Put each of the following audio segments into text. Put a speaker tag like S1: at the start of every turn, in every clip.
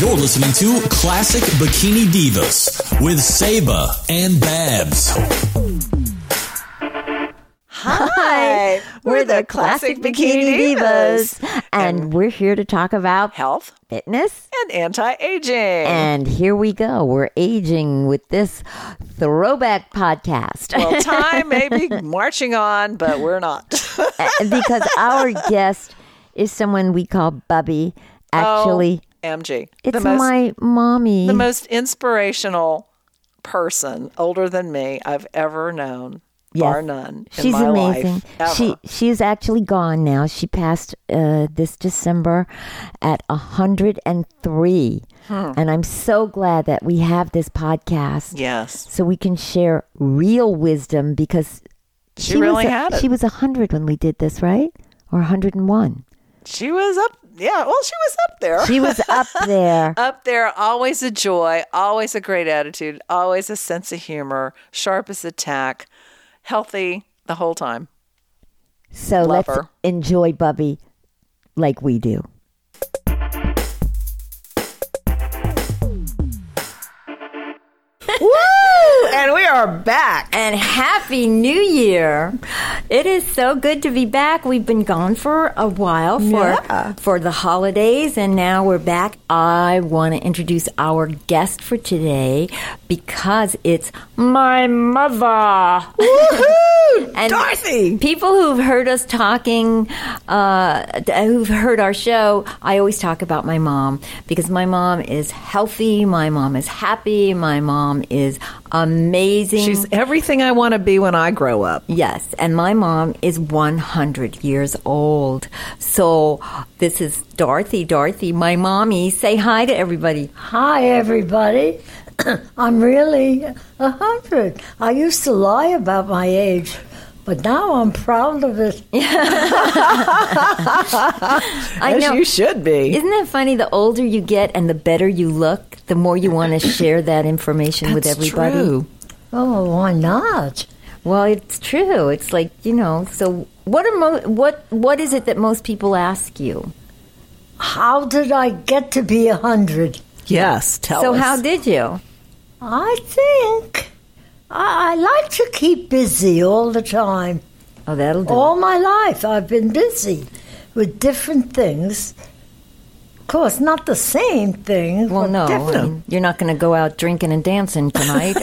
S1: You're listening to Classic Bikini Divas with Saba and Babs.
S2: Hi.
S3: We're the Classic Bikini
S2: Divas. And we're here to talk about
S3: Health
S2: fitness.
S3: and anti aging.
S2: And here we go. We're aging with this throwback podcast.
S3: Well, time may be marching on, but we're not.
S2: eh, because our guest is someone we call Bubby. Actually,
S3: MG.
S2: it's
S3: Oh, the most,
S2: my mommy.
S3: the most inspirational person older than me I've ever known,
S2: Yes.
S3: bar none. in
S2: She's
S3: my
S2: amazing.
S3: Life, Uh-huh. ever.
S2: She she is actually gone now. She passed uh, this December at 103.
S3: Hmm.
S2: And I'm so glad that we have this podcast
S3: yes,
S2: so we can share real wisdom because
S3: She really
S2: was,
S3: had it.
S2: She was 100 when we did this, right? Or 101.
S3: she was up. Yeah, well, she was up there.
S2: She was up there.
S3: up there, always a joy, always a great attitude, always a sense of humor, sharp as a tack, healthy the whole time.
S2: So
S3: Love
S2: let's
S3: her.
S2: enjoy Bubby like we do.
S4: And we are back.
S2: And happy new year. It is so good to be back. We've been gone for a while for for the holidays and now we're back. I want to introduce our guest for today because it's my mother.
S4: Woohoo!
S2: And
S4: Dorothy!
S2: People who've heard us talking, uh, d- who've heard our show, I always talk about my mom because my mom is healthy, my mom is happy, my mom is amazing.
S3: She's everything I want to be when I grow up.
S2: Yes, and my mom is 100 years old. So this is Dorothy. Dorothy, my mommy, say hi to everybody.
S5: Hi, everybody. I'm really a hundred. I used to lie about my age, but now I'm proud of it.
S2: I
S3: As you should be.
S2: Isn't that funny? The older you get and the better you look, the more you want to share that information with
S3: That's
S2: everybody.
S3: true.
S5: Oh, why not?
S2: Well, it's true. It's like you know. So what are mo- what what is it that most people ask you?
S5: How did I get to be a hundred?
S3: Yes, tell
S2: so
S3: us.
S2: how did you?
S5: I think I, I like to keep busy all the time.
S2: Oh, that'll do.
S5: All my life, I've been busy with different things. Of course, not the same thing.
S2: well,
S5: but
S2: no,
S5: different.
S2: I mean, you're not going to go out drinking and dancing tonight.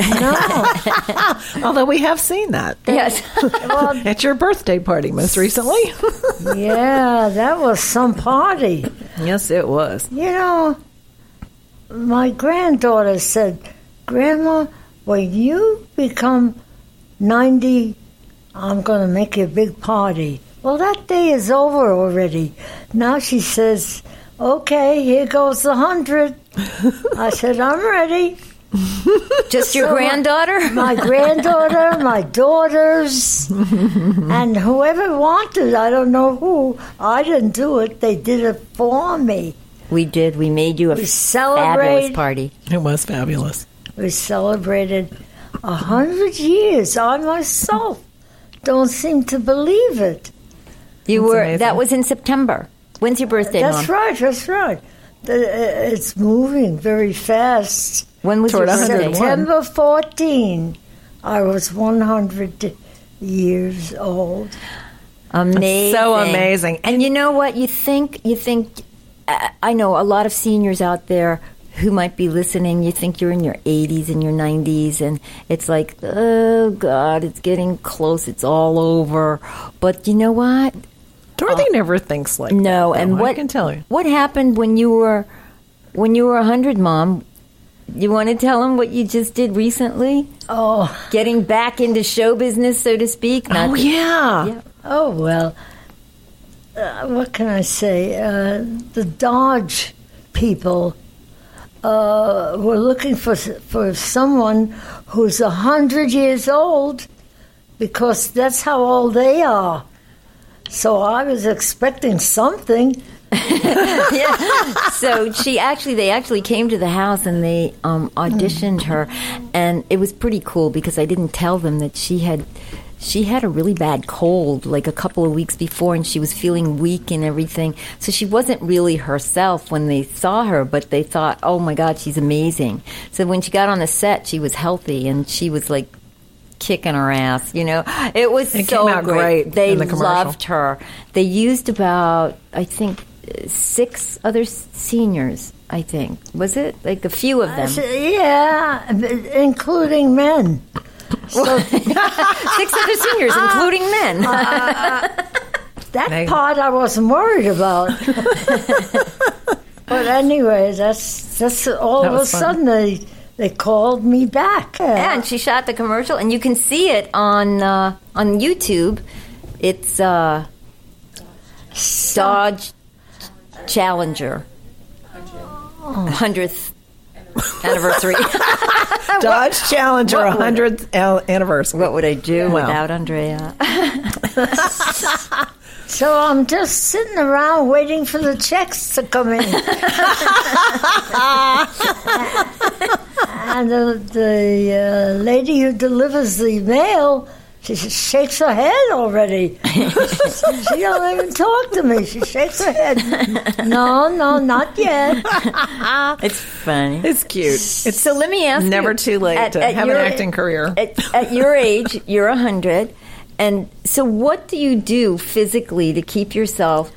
S3: Although we have seen that
S2: yes. Um,
S3: at your birthday party most recently.
S5: yeah, that was some party.
S3: yes, it was.
S5: You know, my granddaughter said, Grandma, when you become 90, I'm going to make you a big party. Well, that day is over already. Now she says, Okay, here goes the 100. I said, I'm ready.
S2: Just your
S5: So, uh,
S2: granddaughter?
S5: My granddaughter, my daughters, and whoever wanted, I don't know who, I didn't do it, they did it for me.
S2: We did. We made you a
S5: We
S2: fabulous
S5: celebrate.
S2: party.
S3: It was fabulous.
S5: We celebrated a hundred years. I myself don't seem to believe it.
S2: You were.
S3: amazing.
S2: That was in September. When's your birthday,
S5: That's
S2: Mom?
S5: right. That's right. The- uh, It's moving very fast.
S2: When was your
S3: Toward 101.
S2: birthday?
S5: September 14, I was 100 years old.
S2: Amazing.
S3: So amazing.
S2: And you know what? You think you think I I know a lot of seniors out there who might be listening. You think you're in your 80s and your 90s and it's like, "Oh god, it's getting close. It's all over." But you know what?
S3: Dorothy never thinks like
S2: No,
S3: that,
S2: and
S3: though,
S2: what
S3: I can tell you.
S2: What happened when you were when you were 100, Mom? You want to tell them what you just did recently?
S5: Oh.
S2: Getting back into show business, so to speak. Not
S3: Oh
S2: to-
S3: yeah.
S5: Oh, well, uh, what can I say? Uh, the Dodge people uh, were looking for, for someone who's 100 years old because that's how old they are. So I was expecting something.
S2: so she actually they actually came to the house and they um, auditioned her and it was pretty cool because i didn't tell them that she had She had a really bad cold like a couple of weeks before and she was feeling weak and everything. So she wasn't really herself when they saw her, but they thought, oh my God, she's amazing. So when she got on the set, she was healthy and she was like kicking her ass, you know? It was
S4: It
S2: so
S4: came out great
S2: They
S4: in the commercial.
S2: loved her. They used about, I think, six other s- seniors, I think. Was it? Like a few of them.
S5: So, yeah, b- including men.
S2: six other seniors, including men.
S5: That
S4: They-
S5: part I wasn't worried about. but anyway, that's that's all
S4: That
S5: of a
S4: was fun.
S5: sudden they they called me back.
S2: and she shot the commercial, and you can see it on uh, on YouTube. It's uh, Dodge Challenger hundredth anniversary.
S4: Dodge Challenger 100th al- anniversary.
S2: what would I do
S4: Well.
S2: without Andrea?
S5: So I'm just sitting around waiting for the checks to come in. and the, the uh, lady who delivers the mail, she just shakes her head already. she don't even talk to me. She shakes her head. No, no, not yet.
S2: It's funny.
S4: It's cute. It's
S2: so let me ask you-
S4: never too late
S2: at-
S4: to
S2: at
S4: have
S2: your-
S4: an acting career.
S2: At, at your age, you're 100. And so, what do you do physically to keep yourself?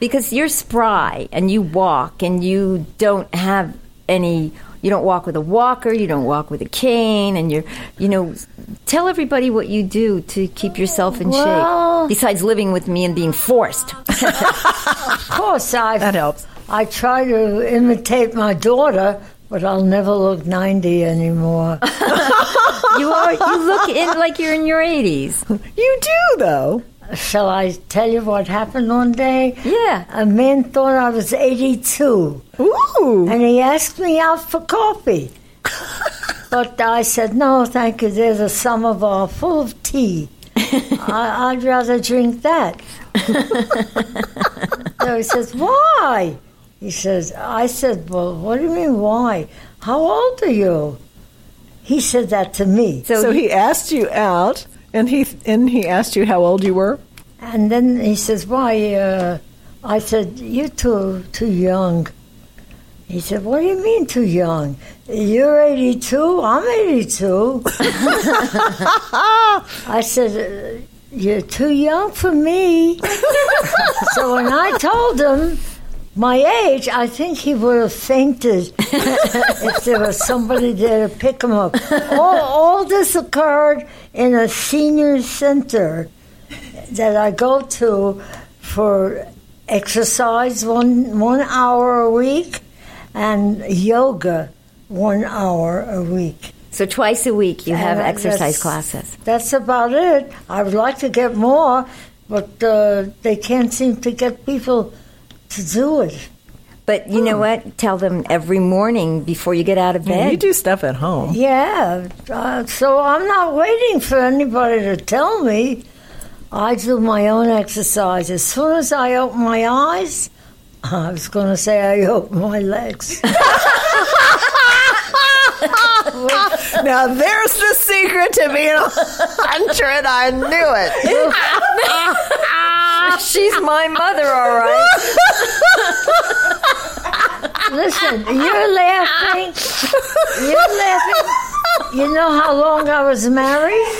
S2: Because you're spry and you walk and you don't have any, you don't walk with a walker, you don't walk with a cane, and you're, you know, tell everybody what you do to keep yourself in
S5: Well-
S2: shape besides living with me and being forced.
S5: Of course, I
S4: that helps.
S5: I try to imitate my daughter, but I'll never look 90 anymore.
S2: You are, you look in like you're in your 80s.
S4: You do though.
S5: Shall I tell you what happened one day?
S2: Yeah.
S5: A man thought I was 82
S4: Ooh.
S5: and he asked me out for coffee. but I said, no, thank you. There's a summer bar full of tea. I, I'd rather drink that. so he says, why? He says, I said, well, what do you mean, why? How old are you? He said that to me.
S2: So,
S4: So he asked you out, and he and he asked you how old you were.
S5: And then he says, "Why?" Uh, I said, "You're too too young." He said, "What do you mean too young? You're 82. I'm 82." I said, uh, "You're too young for me." so when I told him my age, I think he would have fainted if there was somebody there to pick him up. All, all this occurred in a senior center that I go to for exercise one one hour a week and yoga one hour a week.
S2: so twice a week you have
S4: Uh,
S5: And
S2: exercise
S5: that's-
S2: classes.
S5: That's about it. I would like to get more, but uh, they can't seem to get people to do it.
S2: But you know what? Tell them every morning before Hmm. you get out of bed.
S4: You do stuff at home.
S5: Yeah, uh, so I'm not waiting for anybody to tell me. I do my own exercise. As soon as I open my eyes, I was going to say I open my legs.
S4: Now there's the secret to being a hundred. I knew it.
S2: Ah, She's my mother, all right.
S5: Listen, you're laughing. You're laughing. You know how long I was married?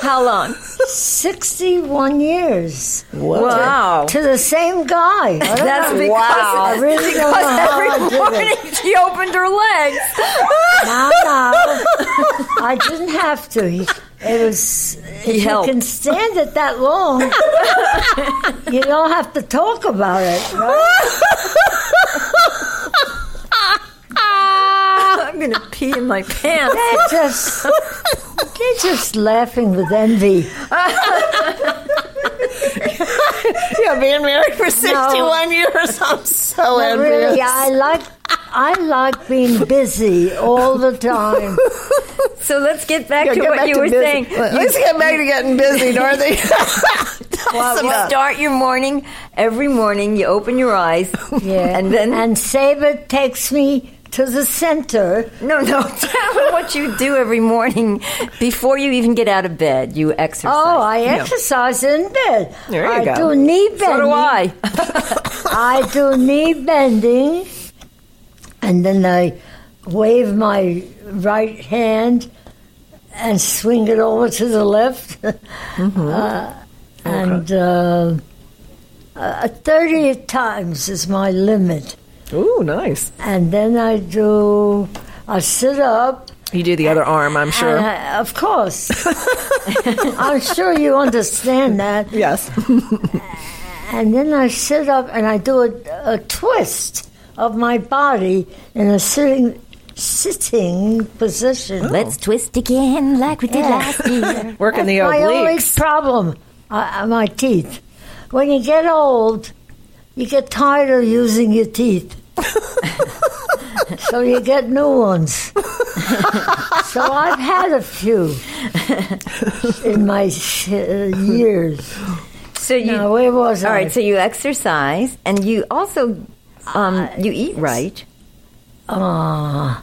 S2: How long?
S5: 61 years.
S2: Wow.
S5: To the same guy. I don't
S2: That's
S5: know.
S2: because-
S5: I really don't know how I
S2: Every
S5: did it.
S2: morning she opened her legs.
S5: No, no. Ah. I didn't have to. He- It was. if
S2: helped.
S5: You can stand it that long. you don't have to talk about it. right?
S2: I'm going to pee in my pants.
S5: They're just, they're just laughing with envy.
S4: Yeah, being married for sixty-one years. I'm so
S5: But
S4: envious.
S5: really, I like. I like being busy all the time.
S2: So let's get back
S4: Yeah,
S2: to
S4: get
S2: what
S4: back
S2: you
S4: to
S2: were
S4: busy.
S2: saying.
S4: Let's get back to getting busy, Dorothy. Tell us
S2: You
S4: about-
S2: start your morning every morning. You open your eyes,
S5: Yeah,
S2: and then
S5: and Saber takes me to the center.
S2: No, no. Tell me what you do every morning before you even get out of bed. You exercise.
S5: Oh, I exercise in bed.
S4: There you
S5: I
S4: go.
S5: do knee bending.
S2: so do I.
S5: I do knee bending, and then I wave my right hand and swing it over to the left. Uh, and uh, uh, 30 times is my limit.
S4: Ooh, nice.
S5: And then I do, I sit up.
S4: You do the other arm, I'm sure.
S5: and I- of course. I'm sure you understand that.
S4: yes.
S5: and then I sit up and I do a, a twist of my body in a sitting sitting position.
S2: Let's twist again like we did
S5: Yeah.
S2: last year.
S4: Working the
S5: my only
S4: obliques.
S5: problem, I, I- my teeth. When you get old, you get tired of using your teeth. so you get new ones. so I've had a few in my uh, years.
S2: So you.
S5: Now, where was
S2: all
S5: I?
S2: right. So you exercise, and you also, um, you eat right.
S5: Ah,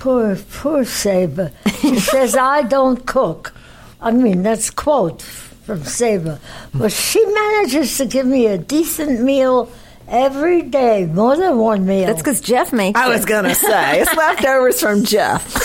S5: poor, poor Saber. She says, I don't cook. I mean, that's quote from Saber. But she manages to give me a decent meal every day, more than one meal.
S2: That's because Jeff makes.
S4: I
S2: it.
S4: was gonna say it's leftovers from Jeff.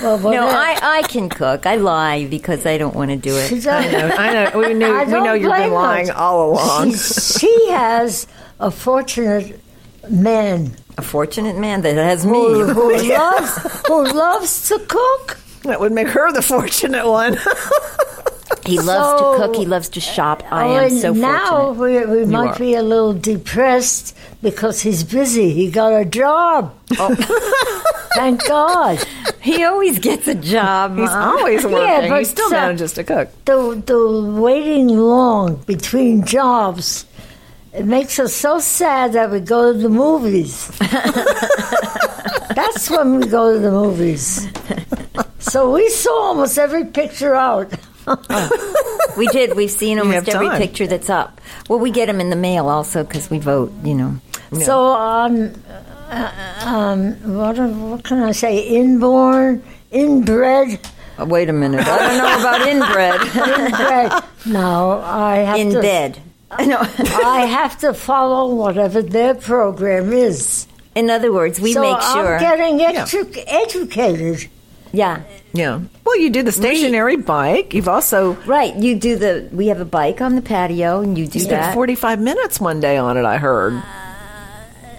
S5: Well,
S2: No,
S5: whatever.
S2: I, I can cook. I lie because I don't want to do
S5: She
S2: it.
S5: doesn't-
S4: I know. We knew.
S5: I
S4: we know
S5: don't
S4: you've
S5: blame
S4: been
S5: her.
S4: lying all along.
S5: She, she has a fortunate man
S2: A fortunate man that has me.
S5: who, who loves who loves to cook.
S4: That would make her the fortunate one.
S2: He loves to
S5: So-
S2: cook. He loves to shop. I
S5: Oh,
S2: am
S5: and
S2: so
S5: now
S2: fortunate.
S5: we, we might
S4: are.
S5: be a little depressed because he's busy. He got a job.
S2: Oh.
S5: Thank God.
S2: He always gets a job.
S4: He's
S2: Mom.
S4: always working.
S5: but
S4: he still
S5: so-
S4: manages to cook.
S5: The, the waiting long between jobs, it makes us so sad that we go to the movies. That's when we go to the movies. So we saw almost every picture out.
S2: We did. We've seen almost
S4: have
S2: every
S4: time.
S2: picture that's up. Well, we get them in the mail also because we vote. You know.
S5: So um, uh, um, what what can I say? Inborn, inbred,
S2: Uh, Wait a minute. I don't know about inbred.
S5: inbred. no, I have
S2: In
S5: to.
S2: bed. No.
S5: I have to follow whatever their program is.
S2: In other words, we
S5: so
S2: make sure.
S5: I'm getting edu- educated.
S2: yeah.
S4: Yeah. Well, you do the stationary bike. You've also
S2: Right. You do the. We have a bike on the patio, and you do
S4: spent
S2: that.
S4: 45 minutes one day on it. I heard.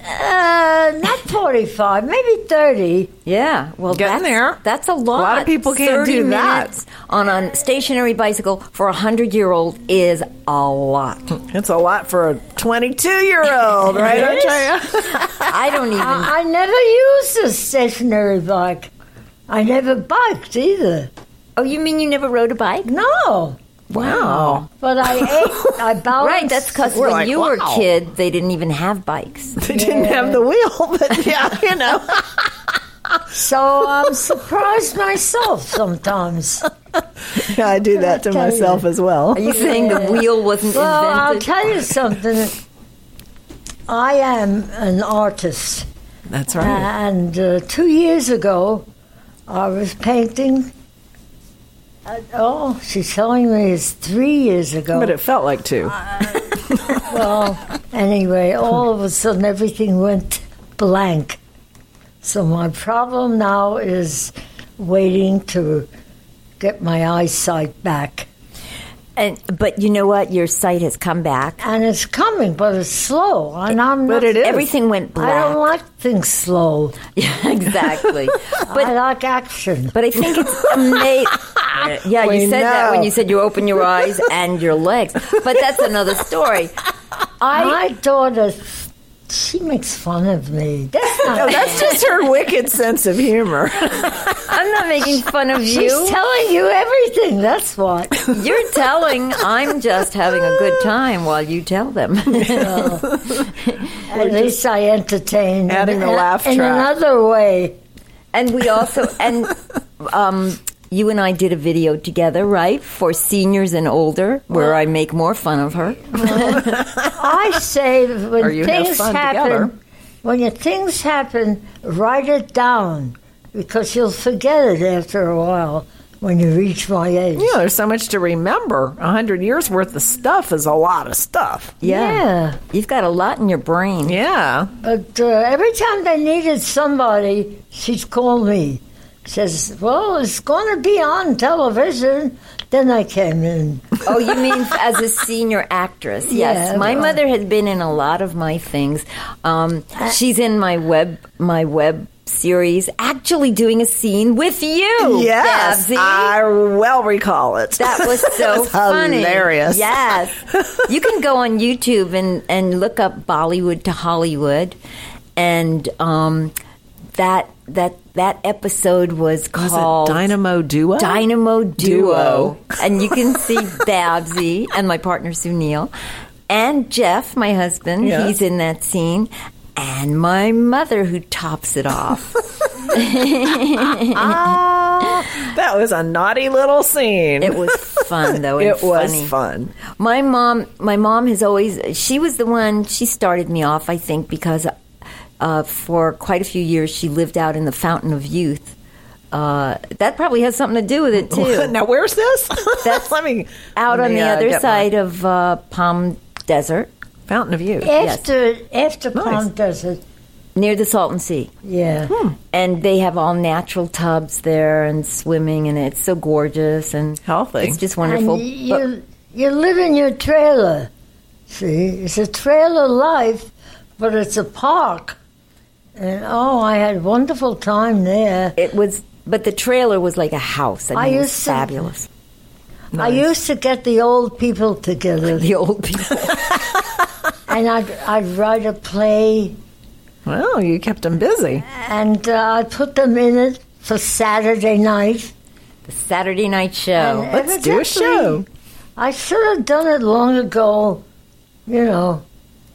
S5: Uh, not 45, maybe 30.
S2: Yeah, well,
S4: Getting
S2: that's,
S4: there.
S2: That's a lot.
S4: A lot of people can't
S2: 30
S4: do that.
S2: minutes on a stationary bicycle for a hundred-year-old is a lot.
S4: It's a lot for a 22 year old, right? I tell you.
S2: I don't even.
S5: I, I never used a stationary bike. I never biked either.
S2: Oh, you mean you never rode a bike?
S5: No,
S4: Wow.
S5: but I ate. I balanced.
S2: Right, Oh, that's because
S4: We're
S2: when
S4: like,
S2: you were
S4: wow.
S2: a kid, they didn't even have bikes.
S4: They didn't have the wheel, but yeah, you know.
S5: So I'm surprised myself sometimes.
S4: Yeah, I do that to
S5: I tell you?
S4: myself as well.
S2: Are you saying the wheel wasn't
S5: Well, I'll
S2: invented?
S5: tell you something. I am an artist,
S4: That's
S5: and uh, two years ago, I was painting. Uh, oh, she's telling me it's three years ago.
S4: But it felt like two.
S5: well, anyway, all of a sudden everything went blank. So my problem now is waiting to get my eyesight back.
S2: and, but you know what? Your sight has come back.
S5: And it's coming, but it's slow. And I'm
S4: But
S5: not
S4: it is.
S2: Everything went black.
S5: I don't like things slow.
S2: yeah, exactly.
S5: But I like action.
S2: But I think it's amazing. Yeah,
S4: We
S2: you said that when
S4: know.
S2: you said you open your eyes and your legs. But that's another story. I
S5: My daughter, she makes fun of me. That's not.
S4: Oh, That's just her wicked sense of humor.
S2: I'm not making fun of
S5: She's
S2: you.
S5: telling you everything. That's what.
S2: You're telling. I'm just having a good time while you tell them.
S5: At least I entertain.
S4: adding
S5: in,
S4: a laugh
S5: in
S4: track.
S5: another way.
S2: and we also and um, you and I did a video together, right, for seniors and older, where I make more fun of her.
S5: I say when
S4: you have
S5: things
S4: fun
S5: happen,
S4: together.
S5: When your things happen, write it down because you'll forget it after a while when you reach my age.
S4: You know, there's so much to remember. A hundred years worth of stuff is a lot of stuff.
S5: Yeah.
S2: You've got a lot in your brain.
S4: Yeah.
S5: But uh, every time they needed somebody, she'd call me. Says, well, it's going to be on television. Then I came in.
S2: Oh, you mean as a senior actress? Yes.
S5: Yeah.
S2: my mother had been in a lot of my things. Um,
S4: Uh,
S2: she's in my web my web series, actually doing a scene with you.
S4: Yes,
S2: Babsy.
S4: I well recall it.
S2: That was so
S4: That's
S2: funny.
S4: hilarious.
S2: Yes. you can go on YouTube and, and look up Bollywood to Hollywood and um, that that that episode was
S4: was
S2: called
S4: it Dynamo Duo.
S2: Dynamo Duo.
S4: Duo.
S2: and you can see Babsy and my partner Sunil and Jeff, my husband.
S4: Yeah.
S2: He's in that scene. And my mother, who tops it off.
S4: Ah, that was a naughty little scene.
S2: It was fun, though. and
S4: It was
S2: funny.
S4: fun.
S2: My mom, my mom has always. She was the one. She started me off, I think, because uh, for quite a few years she lived out in the Fountain of Youth. Uh, that probably has something to do with it too.
S4: now where's this?
S2: That's
S4: let me
S2: out
S4: let
S2: on
S4: me,
S2: the
S4: uh,
S2: other
S4: get
S2: side of uh, Palm Desert,
S4: my Fountain of Youth.
S5: After after Palm Desert,
S2: near the Salton Sea,
S5: yeah.
S2: Hmm. and they have all natural tubs there and swimming, and it's so gorgeous and
S4: Healthy.
S2: It's just wonderful.
S5: And you,
S2: But-
S5: you live in your trailer. See, it's a trailer life, but it's a park. And oh, I had a wonderful time there.
S2: it was, but the trailer was like a house. I mean,
S5: I
S2: it was
S5: used to-
S2: fabulous.
S5: I used to get the old people together,
S2: The old people.
S5: and I'd, I'd write a play,
S4: Well, you kept them busy.
S5: and uh, I'd put them in it for Saturday night.
S2: Saturday night show.
S5: And
S4: Let's do a show.
S5: I should have done it long ago, you know,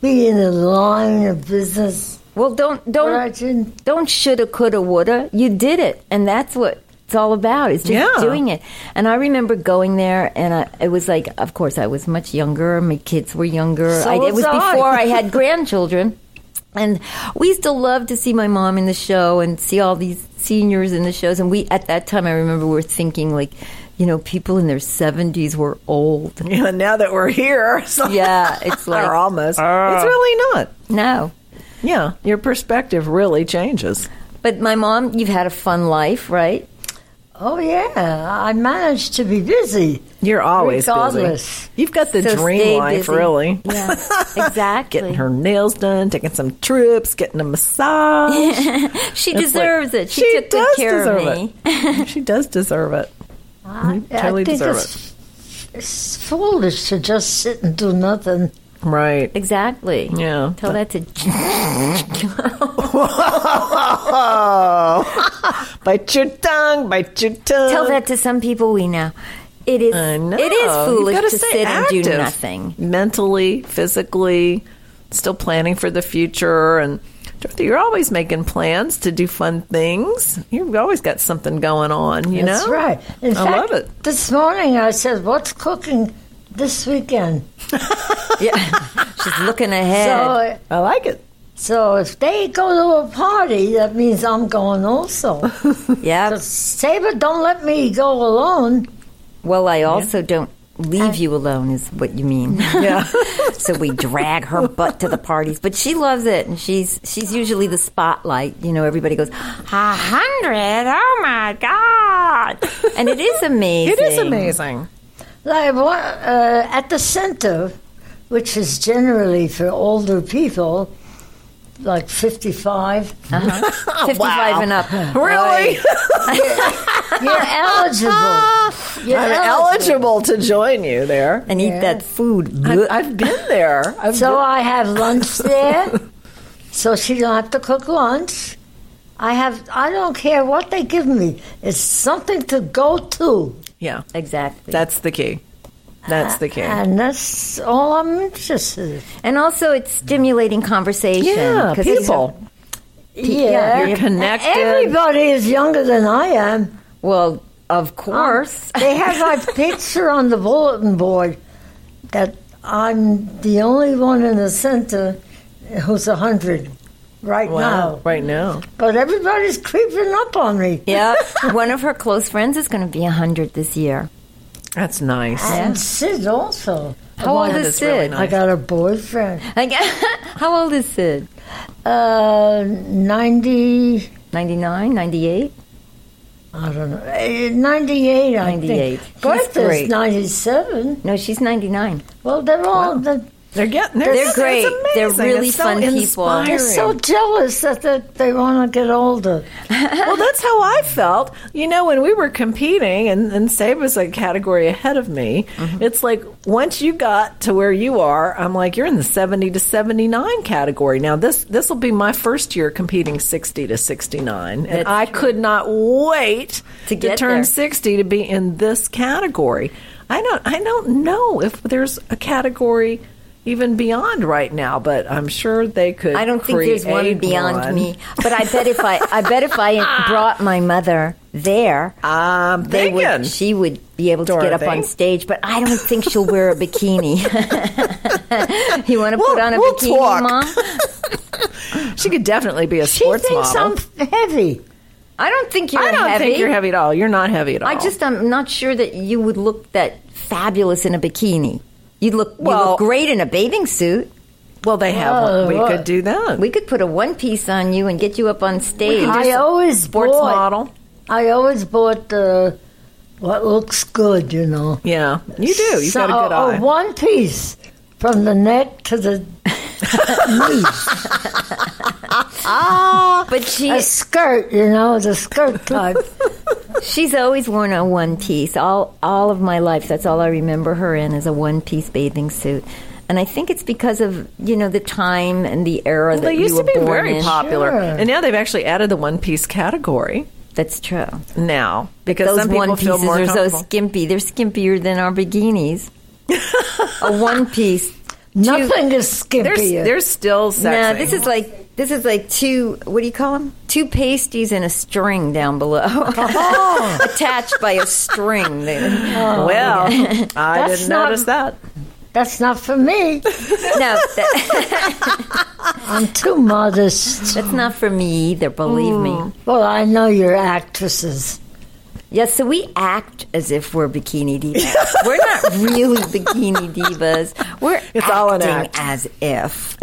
S5: be in the line of business.
S2: Well, don't
S5: But
S2: don't
S5: I didn't.
S2: don't shoulda, coulda, woulda. You did it, and that's what it's all about. It's just
S4: Yeah.
S2: doing it. And I remember going there, and I, it was like, of course, I was much younger. My kids were younger.
S5: So
S2: I, it was
S5: was I.
S2: before I had grandchildren. And we used to love to see my mom in the show and see all these seniors in the shows. And we, at that time, I remember we were thinking, like, you know, people in their 70s were old.
S4: Yeah, now that we're here, so
S2: Yeah, it's like,
S4: or almost. it's really not.
S2: no.
S4: Yeah, your perspective really changes.
S2: But my mom, you've had a fun life, right?
S5: Oh yeah, I managed to be busy.
S4: You're always
S5: Regardless.
S4: busy. You've got the
S2: So stay
S4: dream life,
S2: busy.
S4: really.
S2: Yeah, exactly.
S4: Getting her nails done, taking some trips, getting a massage.
S2: She deserves it. She, took good
S4: does
S2: care
S4: deserve
S2: of me.
S4: it. she does deserve it.
S5: I,
S4: Mm-hmm. totally
S5: I think
S4: deserve
S5: it's, it's foolish to just sit and do nothing.
S4: Right.
S2: Exactly.
S4: Yeah.
S2: Tell that to
S4: Bite your tongue. Bite your tongue.
S2: tell that to some people we know. It is
S4: I know.
S2: it is
S4: You've
S2: foolish
S4: gotta
S2: to
S4: stay
S2: sit and do
S4: active.
S2: nothing.
S4: Mentally, physically, still planning for the future. And Dorothy, you're always making plans to do fun things. You've always got something going on, you
S5: That's
S4: know?
S5: right. In
S4: I
S5: fact,
S4: love it.
S5: This morning I said, "What's cooking this weekend?"
S2: Yeah. She's looking ahead.
S5: So, uh,
S4: I like it.
S5: so if they go to a party, that means I'm going also.
S2: yeah.
S5: Saber, don't let me go alone.
S2: Well, I also don't leave you alone is what you mean.
S4: Yeah.
S2: so we drag her butt to the parties, but she loves it and she's she's usually the spotlight. You know, everybody goes, "A hundred? Oh my god." And it is amazing.
S4: It is amazing.
S5: Like what, uh, at the center, which is generally for older people, like 55,
S2: 55
S4: Oh,
S2: and up.
S4: Really?
S5: you're eligible. You're
S4: I'm eligible to join you there.
S2: and eat that food.
S4: I've, I've been there. I've
S5: So I have lunch there, so she don't have to cook lunch. I have. I don't care what they give me. It's something to go to,
S4: yeah,
S2: Exactly.
S4: that's the key. That's the key.
S5: and that's all I'm interested.
S2: and also, it's stimulating conversation.
S4: yeah,
S2: 'cause it's-
S4: people.
S5: In. Yeah,
S4: You're connected.
S5: Everybody is younger than I am.
S2: Well,
S4: Um,
S2: of course.
S5: They have my picture on the bulletin board that I'm the only one in the center who's a hundred. right
S4: Wow.
S5: now.
S4: Right now.
S5: But everybody's creeping up on me.
S2: Yep. One of her close friends is going to be 100 this year.
S4: That's nice.
S5: And Sid also.
S2: How old
S4: That
S2: is
S4: is really
S2: Sid?
S4: nice.
S5: I got a boyfriend.
S2: Like, How old is Sid?
S5: Uh, 90,
S2: 99, 98?
S5: I don't know, eh, 98, I
S2: 98.
S5: think.
S2: He's
S5: Bertha's
S2: great.
S5: 97.
S2: No, she's 99
S5: Well, they're all, they're,
S4: They're getting there.
S2: They're
S4: That's
S2: great. They're
S4: amazing.
S2: really
S4: It's so
S2: fun people.
S4: inspiring.
S5: they're so jealous that they, they want to get older.
S4: well, that's how I felt. You know, when we were competing, and, and Save was a category ahead of me,
S2: Mm-hmm.
S4: it's like once you got to where you are, I'm like, you're in the 70 to 79 category. Now, this this will be my first year competing 60 to 69. And
S2: That's
S4: I could not wait
S2: To get
S4: turn
S2: there.
S4: 60 to be in this category. I don't, I don't know if there's a category even beyond right now, but I'm sure they could.
S2: I don't think there's one
S4: create
S2: beyond
S4: one.
S2: me, but I bet if I I bet if I brought my mother there,
S4: I'm
S2: they
S4: thinking.
S2: would she would be able to get up
S4: Ah, Dorothy.
S2: on stage. But I don't think she'll wear a bikini. you want to put on a
S4: we'll
S2: bikini,
S4: talk.
S2: mom?
S4: She could definitely be a
S5: She
S4: sports
S5: thinks
S4: model.
S5: I'm heavy.
S2: I don't think you're
S4: I don't
S2: heavy.
S4: think you're heavy at all. You're not heavy at all.
S2: I just I'm not sure that you would look that fabulous in a bikini. You look you
S4: Well-
S2: look great in a bathing suit.
S4: well, they have one. We could do that.
S2: We could put a one piece on you and get you up on stage.
S5: I always
S4: sports
S5: bought,
S4: model.
S5: I always bought the what looks good, you know.
S4: Yeah, you do. You've
S5: So- oh,
S4: got a good
S5: a-
S4: eye.
S5: a one piece from the neck to the knees.
S2: but she
S4: Uh,
S5: A skirt, you know, the skirt type.
S2: She's always worn a one piece. All all of my life, that's all I remember her in is a one piece bathing suit. And I think it's because of you know the time and the era that
S4: they
S2: you
S4: used
S2: were
S4: to be
S2: born
S4: very
S2: in.
S4: popular,
S5: Sure.
S4: and now they've actually added the one piece category
S2: That's true.
S4: now because
S2: Those
S4: some people
S2: one
S4: feel
S2: pieces
S4: more
S2: are so
S4: comfortable.
S2: skimpy. They're skimpier than our bikinis. a one piece.
S5: Nothing is
S4: They're,
S5: skimpy.
S4: they're still sexy.
S2: No, this is like this is like two. What do you call them? Two pasties and a string down below, attached by a string.
S4: well, I
S5: That's
S4: didn't
S5: not-
S4: notice that.
S5: That's not for me.
S2: No, that-
S5: I'm too modest.
S2: That's not for me either, believe
S4: Mm.
S2: me.
S5: Well, I know you're actresses.
S2: Yeah, so we act as if we're bikini divas. we're not really bikini divas. We're
S4: It's
S2: acting
S4: all an act.
S2: as if.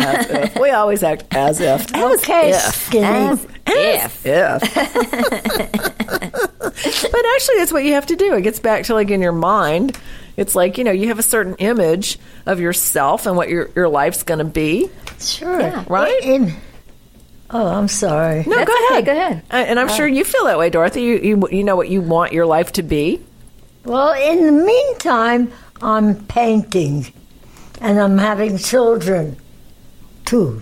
S4: we always act as if.
S5: Okay, skinny.
S2: As if.
S4: Yeah. but actually, that's what you have to do. It gets back to like in your mind. It's like, you know, you have a certain image of yourself and what your, your life's going to be.
S5: Sure.
S4: right?
S5: In- oh, I'm sorry.
S4: No,
S2: That's
S4: go
S2: okay,
S4: ahead.
S2: go ahead.
S4: A- And I'm sure you feel that way, Dorothy. You, you, you know what you want your life to be.
S5: Well, in the meantime, I'm painting and I'm having children too.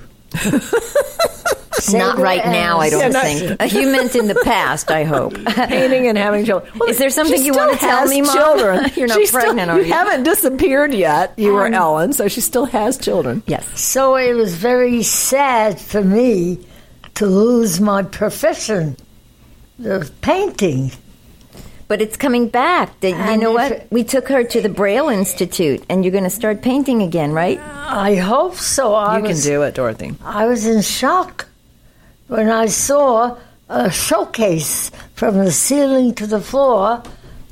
S2: Not right now, I don't
S4: Yeah, not-
S2: think. you meant in the past, I hope.
S4: Painting and having children. Well,
S2: Is there
S4: she
S2: something you
S4: still
S2: wanna tell
S4: has
S2: me, Mom?
S4: Children.
S2: You're not
S4: She still-
S2: pregnant, are you? Um,
S4: haven't disappeared yet. You were Ellen, so she still has children.
S2: Yes.
S5: So it was very sad for me to lose my profession, the painting.
S2: But it's coming back. Did- You
S5: And
S2: know what?
S5: if it-
S2: We took her to the Braille Institute, and you're going to start painting again, right?
S5: I hope so. I
S4: you
S5: was,
S4: can do it, Dorothy.
S5: I was in shock when I saw a showcase from the ceiling to the floor,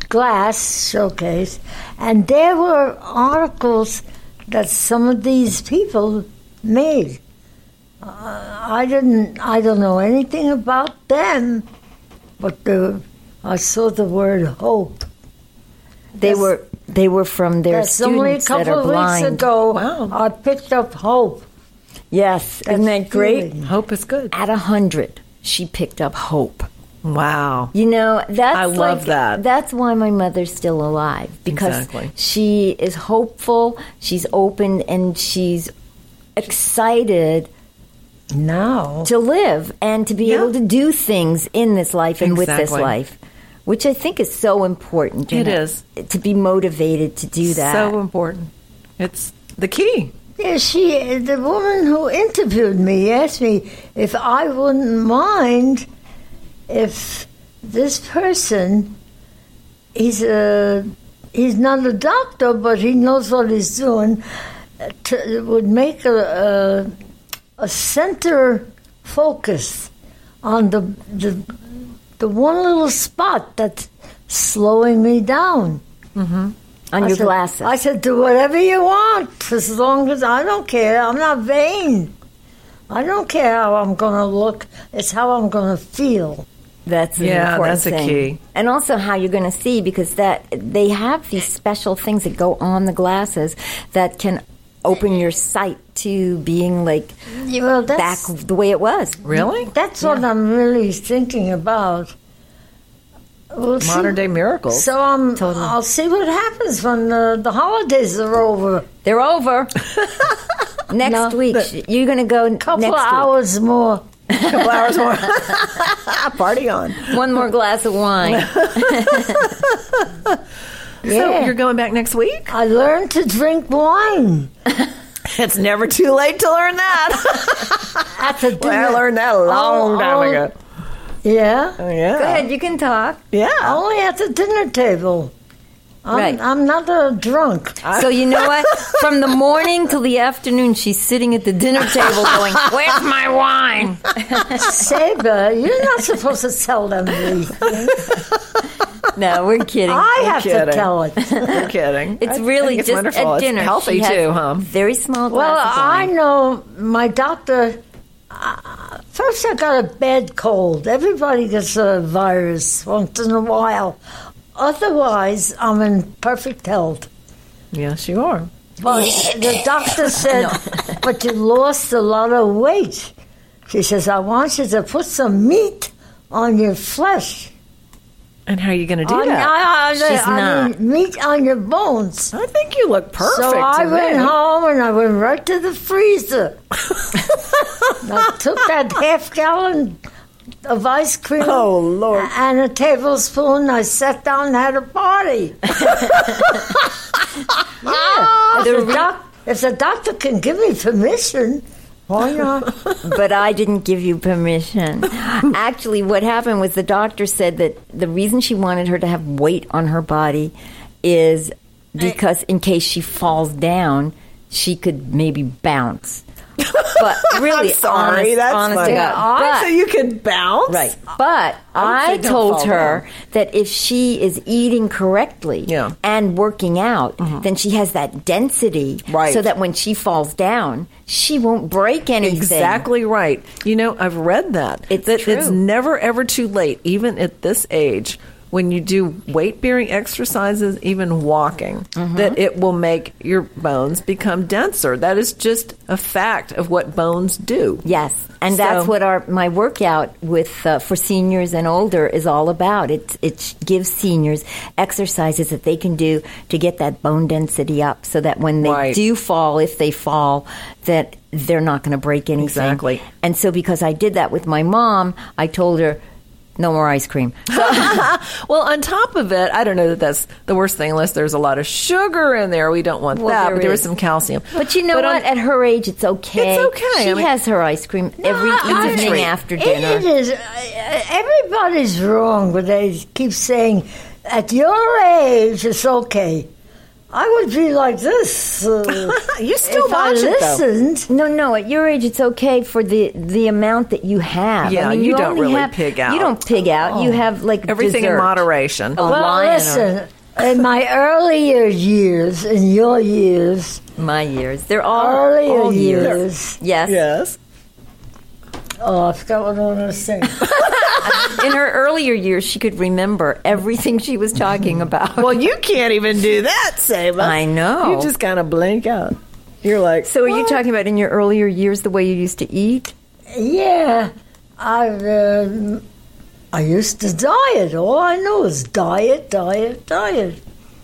S5: glass showcase, and there were articles that some of these people made. Uh, I didn't. I don't know anything about them, but the, I saw the word hope.
S2: They
S5: Yes.
S2: were they were from their
S5: That's only a
S2: students that
S5: couple
S2: are
S5: of weeks
S2: blind.
S5: ago.
S4: Wow.
S5: I picked up hope.
S2: Yes, isn't that great?
S5: feeling.
S4: Hope is good.
S2: At a hundred, she picked up hope.
S4: Wow.
S2: You know, that's
S4: I love
S2: like-
S4: that.
S2: That's why my mother's still alive because
S4: Exactly.
S2: she is hopeful, she's open, and she's excited
S5: Now
S2: to live and to be
S4: Yeah.
S2: able to do things in this life and with this
S4: Exactly.
S2: life, which I think is so important. you
S4: It
S2: know,
S4: is.
S2: to be motivated to do that.
S4: So important. It's the key.
S5: Yeah, she, the woman who interviewed me asked me if I wouldn't mind if this person, he's a, he's not a doctor, but he knows what he's doing, uh, to, would make a, a, a center focused on the the the one little spot that's slowing me down.
S2: on
S5: I
S2: your
S5: said-
S2: glasses.
S5: I said, do whatever you want, as long as I don't care. I'm not vain. I don't care how I'm going to look. It's how I'm going to feel.
S2: That's an
S4: Yeah,
S2: important
S4: that's a
S2: thing.
S4: key.
S2: and also how you're going to see because that they have these special things that go on the glasses that can open your sight to being like
S5: Well,
S2: back
S5: that's,
S2: the way it was.
S4: Really?
S5: that's what I'm really thinking about. We'll see.
S4: Modern day miracles.
S5: So um, I'll see what happens when uh, the, the holidays are over.
S2: They're over. next week you're going to go
S5: Couple
S2: next
S5: of hours more.
S4: couple hours more. Party on.
S2: week. One more glass of wine.
S4: So
S5: Yeah.
S4: you're going back next week?
S5: I learned to drink wine
S4: It's never too late to learn that.
S5: at the dinner.
S4: I learned that a long
S5: Oh,
S4: time
S5: oh,
S4: ago.
S5: Yeah,
S4: Oh, Yeah.
S2: Go ahead, you can talk.
S4: Yeah.
S5: only at the dinner table. I'm,
S2: Right.
S5: I'm not a drunk.
S2: So you know what? From the morning till the afternoon, she's sitting at the dinner table going, "Where's my wine?"
S5: Saber, you're not supposed to tell them these.
S2: No, we're kidding.
S5: I have to
S4: kidding.
S5: tell it.
S4: You're kidding. I
S2: It's
S4: think
S2: really
S4: it's
S2: just
S4: wonderful.
S2: at
S4: It's
S2: dinner.
S4: healthy
S2: She has
S4: too, huh?
S2: Very small.
S5: Well,
S2: glasses of
S5: I
S2: wine.
S5: know my doctor. Uh, first, I got a bad cold. Everybody gets a virus once in a while. Otherwise, I'm in perfect health.
S4: Yes, you are.
S5: But the doctor said, "But you lost a lot of weight." She says, "I want you to put some meat on your flesh."
S4: And how are you going to do
S5: on,
S4: that?
S5: I, I,
S2: She's
S5: I
S2: not.
S5: mean, meat on your bones.
S4: I think you look perfect.
S5: So I
S4: to
S5: went
S4: me.
S5: home and I went right to the freezer. And I took that half gallon of ice cream.
S4: Oh, Lord.
S5: And a tablespoon. I sat down and had a party.
S4: Ah.
S5: yeah. If the, doc- if the doctor can give me permission, why not?
S2: but I didn't give you permission. Actually, what happened was the doctor said that the reason she wanted her to have weight on her body is because in case she falls down, she could maybe bounce. But really,
S4: I'm sorry.
S2: honest,
S4: that's
S2: honest
S4: funny.
S2: to
S4: Yeah,
S2: God. But-
S4: so you can bounce.
S2: Right. But
S4: I
S2: I,
S4: would say don't
S2: told
S4: fall
S2: her that if she is eating correctly
S4: Yeah. Mm-hmm.
S2: and working out, then she has that density
S4: Right.
S2: so that when she falls down, she won't break anything.
S4: Exactly right. You know, I've read that.
S2: It's
S4: that it's
S2: true.
S4: never ever too late, even at this age, when you do weight bearing exercises, even walking,
S2: Mm-hmm.
S4: that it will make your bones become denser. That is just a fact of what bones do.
S2: Yes, and that's
S4: So-
S2: what our my workout with uh, for seniors and older is all about. It it gives seniors exercises that they can do to get that bone density up, so that when they
S4: Right.
S2: do fall, if they fall, that they're not going to break anything.
S4: Exactly.
S2: And so, because I did that with my mom, I told her, "No more ice cream."
S4: Well, on top of it, I don't know that that's the worst thing unless there's a lot of sugar in there. We don't want
S2: Well,
S4: that,
S2: there
S4: but there
S2: is.
S4: was some calcium.
S2: But you know
S4: on-
S2: what? At her age, it's okay.
S4: It's okay.
S2: She
S4: I mean-
S2: has her ice cream every
S5: I-
S2: evening
S4: treat.
S2: after
S5: It
S2: dinner.
S5: is. uh, Everybody's wrong when they keep saying, at your age, it's okay. I would be like this. Uh,
S4: You still
S5: if I
S4: watch it, though.
S5: listened,
S2: No, no. At your age, it's okay for the the amount that you have.
S4: Yeah,
S2: I mean,
S4: you don't
S2: only
S4: really
S2: have-
S4: pig
S2: You
S4: out.
S2: don't pig out. Oh. You have like
S4: everything
S2: dessert.
S4: in moderation.
S2: A
S5: Well,
S2: lion or-
S5: listen. In my earlier years, in your years,
S2: My years, they're all
S5: earlier
S2: Oh, all
S5: years.
S2: Yes.
S4: Yes.
S5: Oh, I forgot what I want to say.
S2: In her earlier years, she could remember everything she was talking about.
S4: Well, you can't even do that, Saba.
S2: I know.
S4: You just kind of blink out. You're like,
S2: Oh. so, are you talking about in your earlier years the way you used to eat?
S5: yeah, I um I used to diet. All I knew was diet, diet, diet.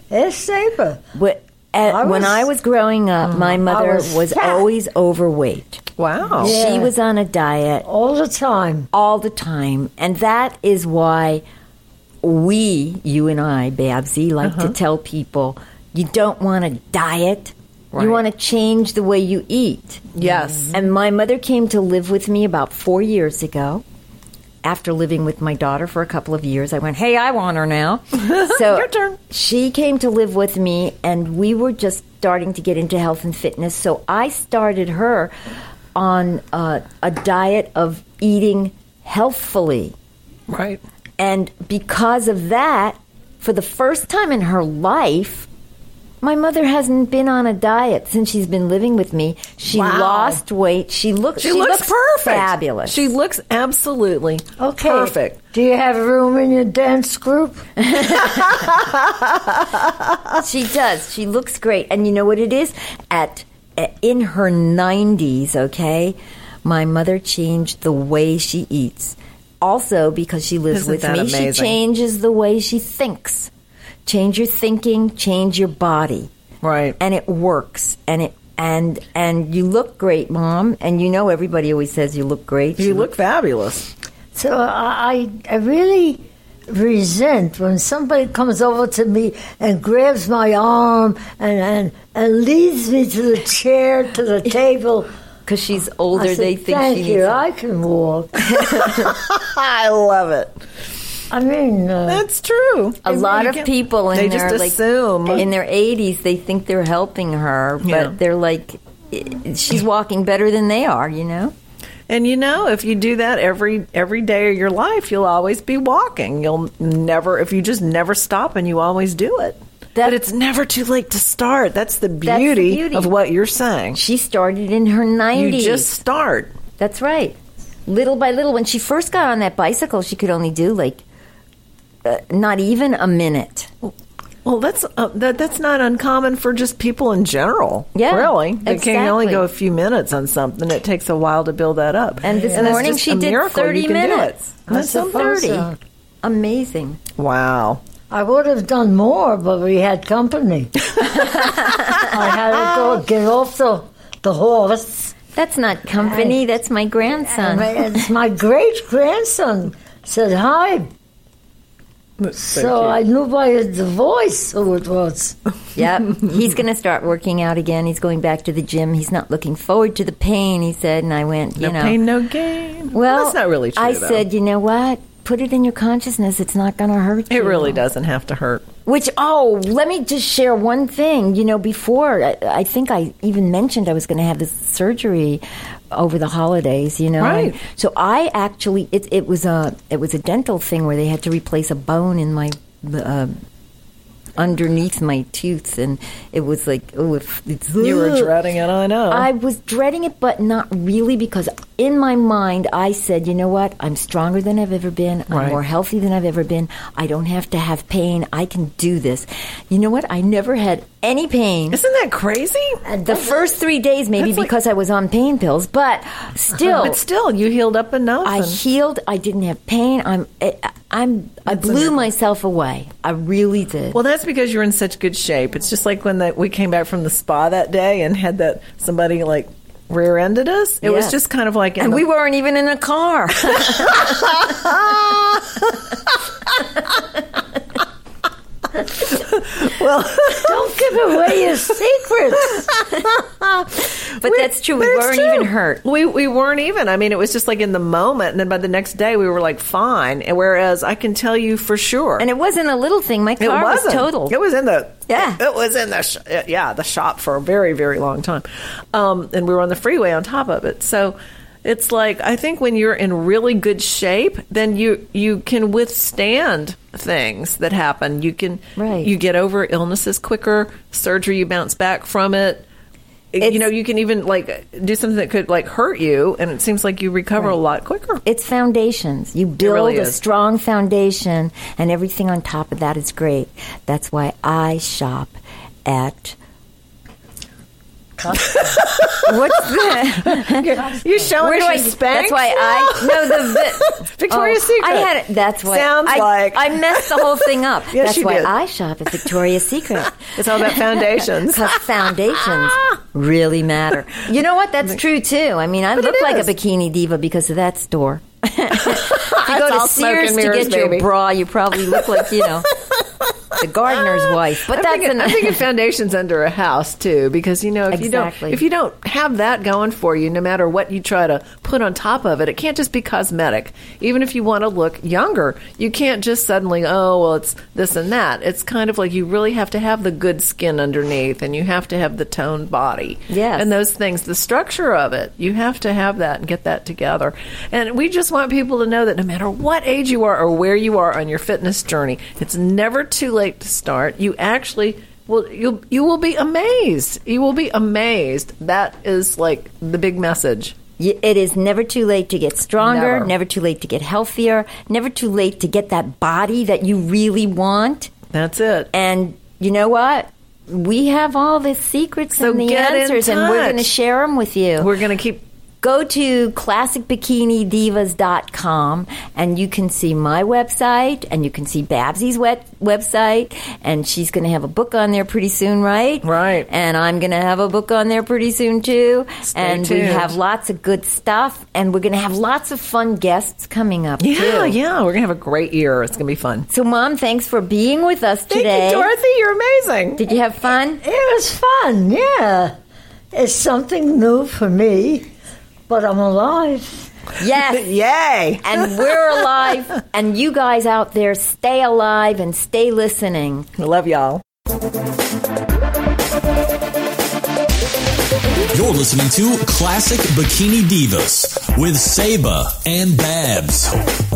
S5: Yes, Saber.
S2: What, at,
S5: I
S2: when
S5: was-
S2: I was growing up, my mother
S5: was
S2: was,
S5: fat.
S2: always overweight.
S4: wow.
S5: Yeah.
S2: She was on a diet
S5: all the time.
S2: all the time, and that is why we, you and I, Babsy, like to tell people you don't want to diet. You want to change the way you eat. Mm-hmm.
S4: Yes.
S2: And my mother came to live with me about four years ago. After living with my daughter for a couple of years, I went, "Hey, I want her now." So
S4: Your turn.
S2: She came to live with me, and we were just starting to get into health and fitness. So I started her on uh, a diet of eating healthfully.
S4: Right.
S2: And because of that, for the first time in her life, my mother hasn't been on a diet since she's been living with me. She
S5: Wow.
S2: lost weight. She looks
S4: She, looks, perfect.
S2: Fabulous.
S4: She looks absolutely
S5: Okay.
S4: perfect.
S5: Do you have room in your dance group?
S2: She does. She looks great. And you know what it is? At eh, in her 90s, okay? My mother changed the way she eats. Also because she lives
S4: Isn't
S2: with
S4: that
S2: me, she
S4: amazing?
S2: changes the way she thinks. Change your thinking, change your body.
S4: Right.
S2: And it works. And it and and you look great, mom. And you know everybody always says you look great.
S4: You look fabulous.
S5: So I, I I really resent when somebody comes over to me and grabs my arm and, and, and leads me to the chair, to the table.
S2: because she's older.
S5: I said,
S2: they think
S5: Thank
S2: she
S5: you,
S2: needs.
S5: I can walk.
S4: I love it.
S5: I mean, uh,
S4: That's true.
S2: a lot of people in
S4: They
S2: their
S4: just
S2: like,
S4: assume.
S2: in their 80s they think they're helping her but
S4: Yeah.
S2: they're like i- she's walking better than they are you know
S4: And you know, if you do that every every day of your life, you'll always be walking. You'll never if you just never stop and you always do it.
S2: That-
S4: but it's never too late to start. That's the beauty,
S2: the beauty.
S4: of what you're saying.
S2: she started in her
S4: You
S2: 90s
S4: just start.
S2: that's right little by little when she first got on that bicycle she could only do like uh, not even a minute
S4: Well, that's uh, that, that's not uncommon for just people in general.
S2: Yeah,
S4: really, they can only
S2: exactly.
S4: go a few minutes on something. It takes a while to build that up.
S2: and this
S4: it's
S2: morning
S4: just
S2: she
S4: a
S2: did
S4: miracle
S2: 30
S4: you can do it.
S2: minutes
S4: That's
S2: So
S4: something.
S2: 30
S5: so.
S2: amazing
S4: Wow.
S5: uh, I would have done more, but we had company. I had to go get off the, the horse.
S2: that's not company that's my grandson
S5: And my, it's my great grandson said hi. So I knew by the voice who it was.
S2: Yep. He's going to start working out again. He's going back to the gym. He's not looking forward to the pain, he said. And I went, you
S4: No
S2: know.
S4: pain, no gain.
S2: Well,
S4: that's not really true.
S2: I
S4: though.
S2: said, you know what? Put it in your consciousness. It's not going to hurt you.
S4: it really doesn't have to hurt.
S2: Which, oh, let me just share one thing. You know, before, I, I think I even mentioned I was going to have this surgery over the holidays, you know.
S4: Right.
S2: And so I actually, it, it, was a, it was a dental thing where they had to replace a bone in my. Uh, underneath my tooth and it was like oh if it's
S4: You were dreading it. I know.
S2: I was dreading it, but not really, because in my mind, I said, you know what? I'm stronger than I've ever been. I'm
S4: Right.
S2: more healthy than I've ever been. I don't have to have pain. I can do this. You know what? I never had any pain.
S4: Isn't that crazy?
S2: The first three days, maybe
S4: That's like-
S2: because I was on pain pills, but still.
S4: But still, you healed up enough.
S2: I
S4: and-
S2: healed. I didn't have pain. I'm. I, I'm. I blew myself away. I really did.
S4: well, that's because you're in such good shape. It's just like when that we came back from the spa that day and had that somebody like rear-ended us. It was
S2: Yeah.
S4: just kind of like, in
S2: and
S4: the-
S2: we weren't even in a car.
S5: Don't give away your secrets.
S2: But that's true. We
S4: But it's
S2: weren't
S4: true.
S2: even hurt.
S4: We we weren't even. I mean, it was just like in the moment, and then by the next day, we were like fine. And whereas I can tell you for sure,
S2: And it wasn't a little thing. My
S4: It
S2: car was
S4: wasn't.
S2: total.
S4: It was in the
S2: Yeah.
S4: It was in the sh- uh, yeah the shop for a very very long time, um, and we were on the freeway on top of it. So it's like I think when you're in really good shape, then you you can withstand things that happen. You can
S2: Right.
S4: you get over illnesses quicker. Surgery, you bounce back from it.
S2: It's-
S4: you know, you can even like do something that could like hurt you, and it seems like you recover a lot quicker.
S2: it's foundations. You build
S4: really
S2: a
S4: is.
S2: strong foundation, and everything on top of that is great. That's why I shop at. What's the?
S4: You're showing
S2: Where do I?
S4: us your Spanx
S2: That's why I no the vi-
S4: Victoria's
S2: oh,
S4: Secret.
S2: I had it. That's why
S4: Sounds
S2: I,
S4: like-
S2: I messed the whole thing up.
S4: Yes,
S2: that's
S4: you
S2: why
S4: did.
S2: I shop at Victoria's Secret.
S4: It's all about foundations.
S2: Because foundations really matter. You know what? That's true too. I mean, I look
S4: it
S2: like
S4: is.
S2: a bikini diva because of that store. if you go to
S4: all smoke
S2: Sears
S4: and
S2: to
S4: mirrors,
S2: get your
S4: baby.
S2: bra, you probably look like you know the gardener's wife. But
S4: I'm
S2: that's
S4: thinking,
S2: an,
S4: I'm thinking foundations under a house too, because you know if
S2: Exactly.
S4: you don't if you don't have that going for you, no matter what you try to put on top of it. It can't just be cosmetic. Even if you want to look younger, you can't just suddenly, oh, well, it's this and that. It's kind of like you really have to have the good skin underneath and you have to have the toned body.
S2: Yes.
S4: And those things, the structure of it, you have to have that and get that together. And we just want people to know that no matter what age you are or where you are on your fitness journey, it's never too late to start. You actually well, you you will be amazed. You will be amazed. That is like the big message.
S2: Y- It is never too late to get stronger,
S4: Never.
S2: never too late to get healthier, never too late to get that body that you really want.
S4: That's it.
S2: And you know what? We have all the secrets
S4: So
S2: and the
S4: get in
S2: answers, and we're
S4: touch.
S2: going to share them with you.
S4: We're gonna keep.
S2: Go to classicbikinidivas.com and you can see my website and you can see Babsy's web- website. And she's going to have a book on there pretty soon, right?
S4: Right.
S2: And I'm going to have a book on there pretty soon, too. and we
S4: tuned.
S2: have lots of good stuff. And we're going to have lots of fun guests coming up,
S4: Yeah,
S2: too.
S4: yeah. We're gonna have a great year. It's gonna be fun.
S2: So, Mom, thanks for being with us
S4: Thank
S2: today.
S4: you, Dorothy. You're amazing.
S2: Did you have fun?
S5: It was fun, yeah. It's something new for me, but I'm alive.
S2: Yes.
S4: Yay!
S2: and we're alive. And you guys out there, stay alive and stay listening.
S4: I love y'all.
S1: You're listening to Classic Bikini Divas with Saba and Babs.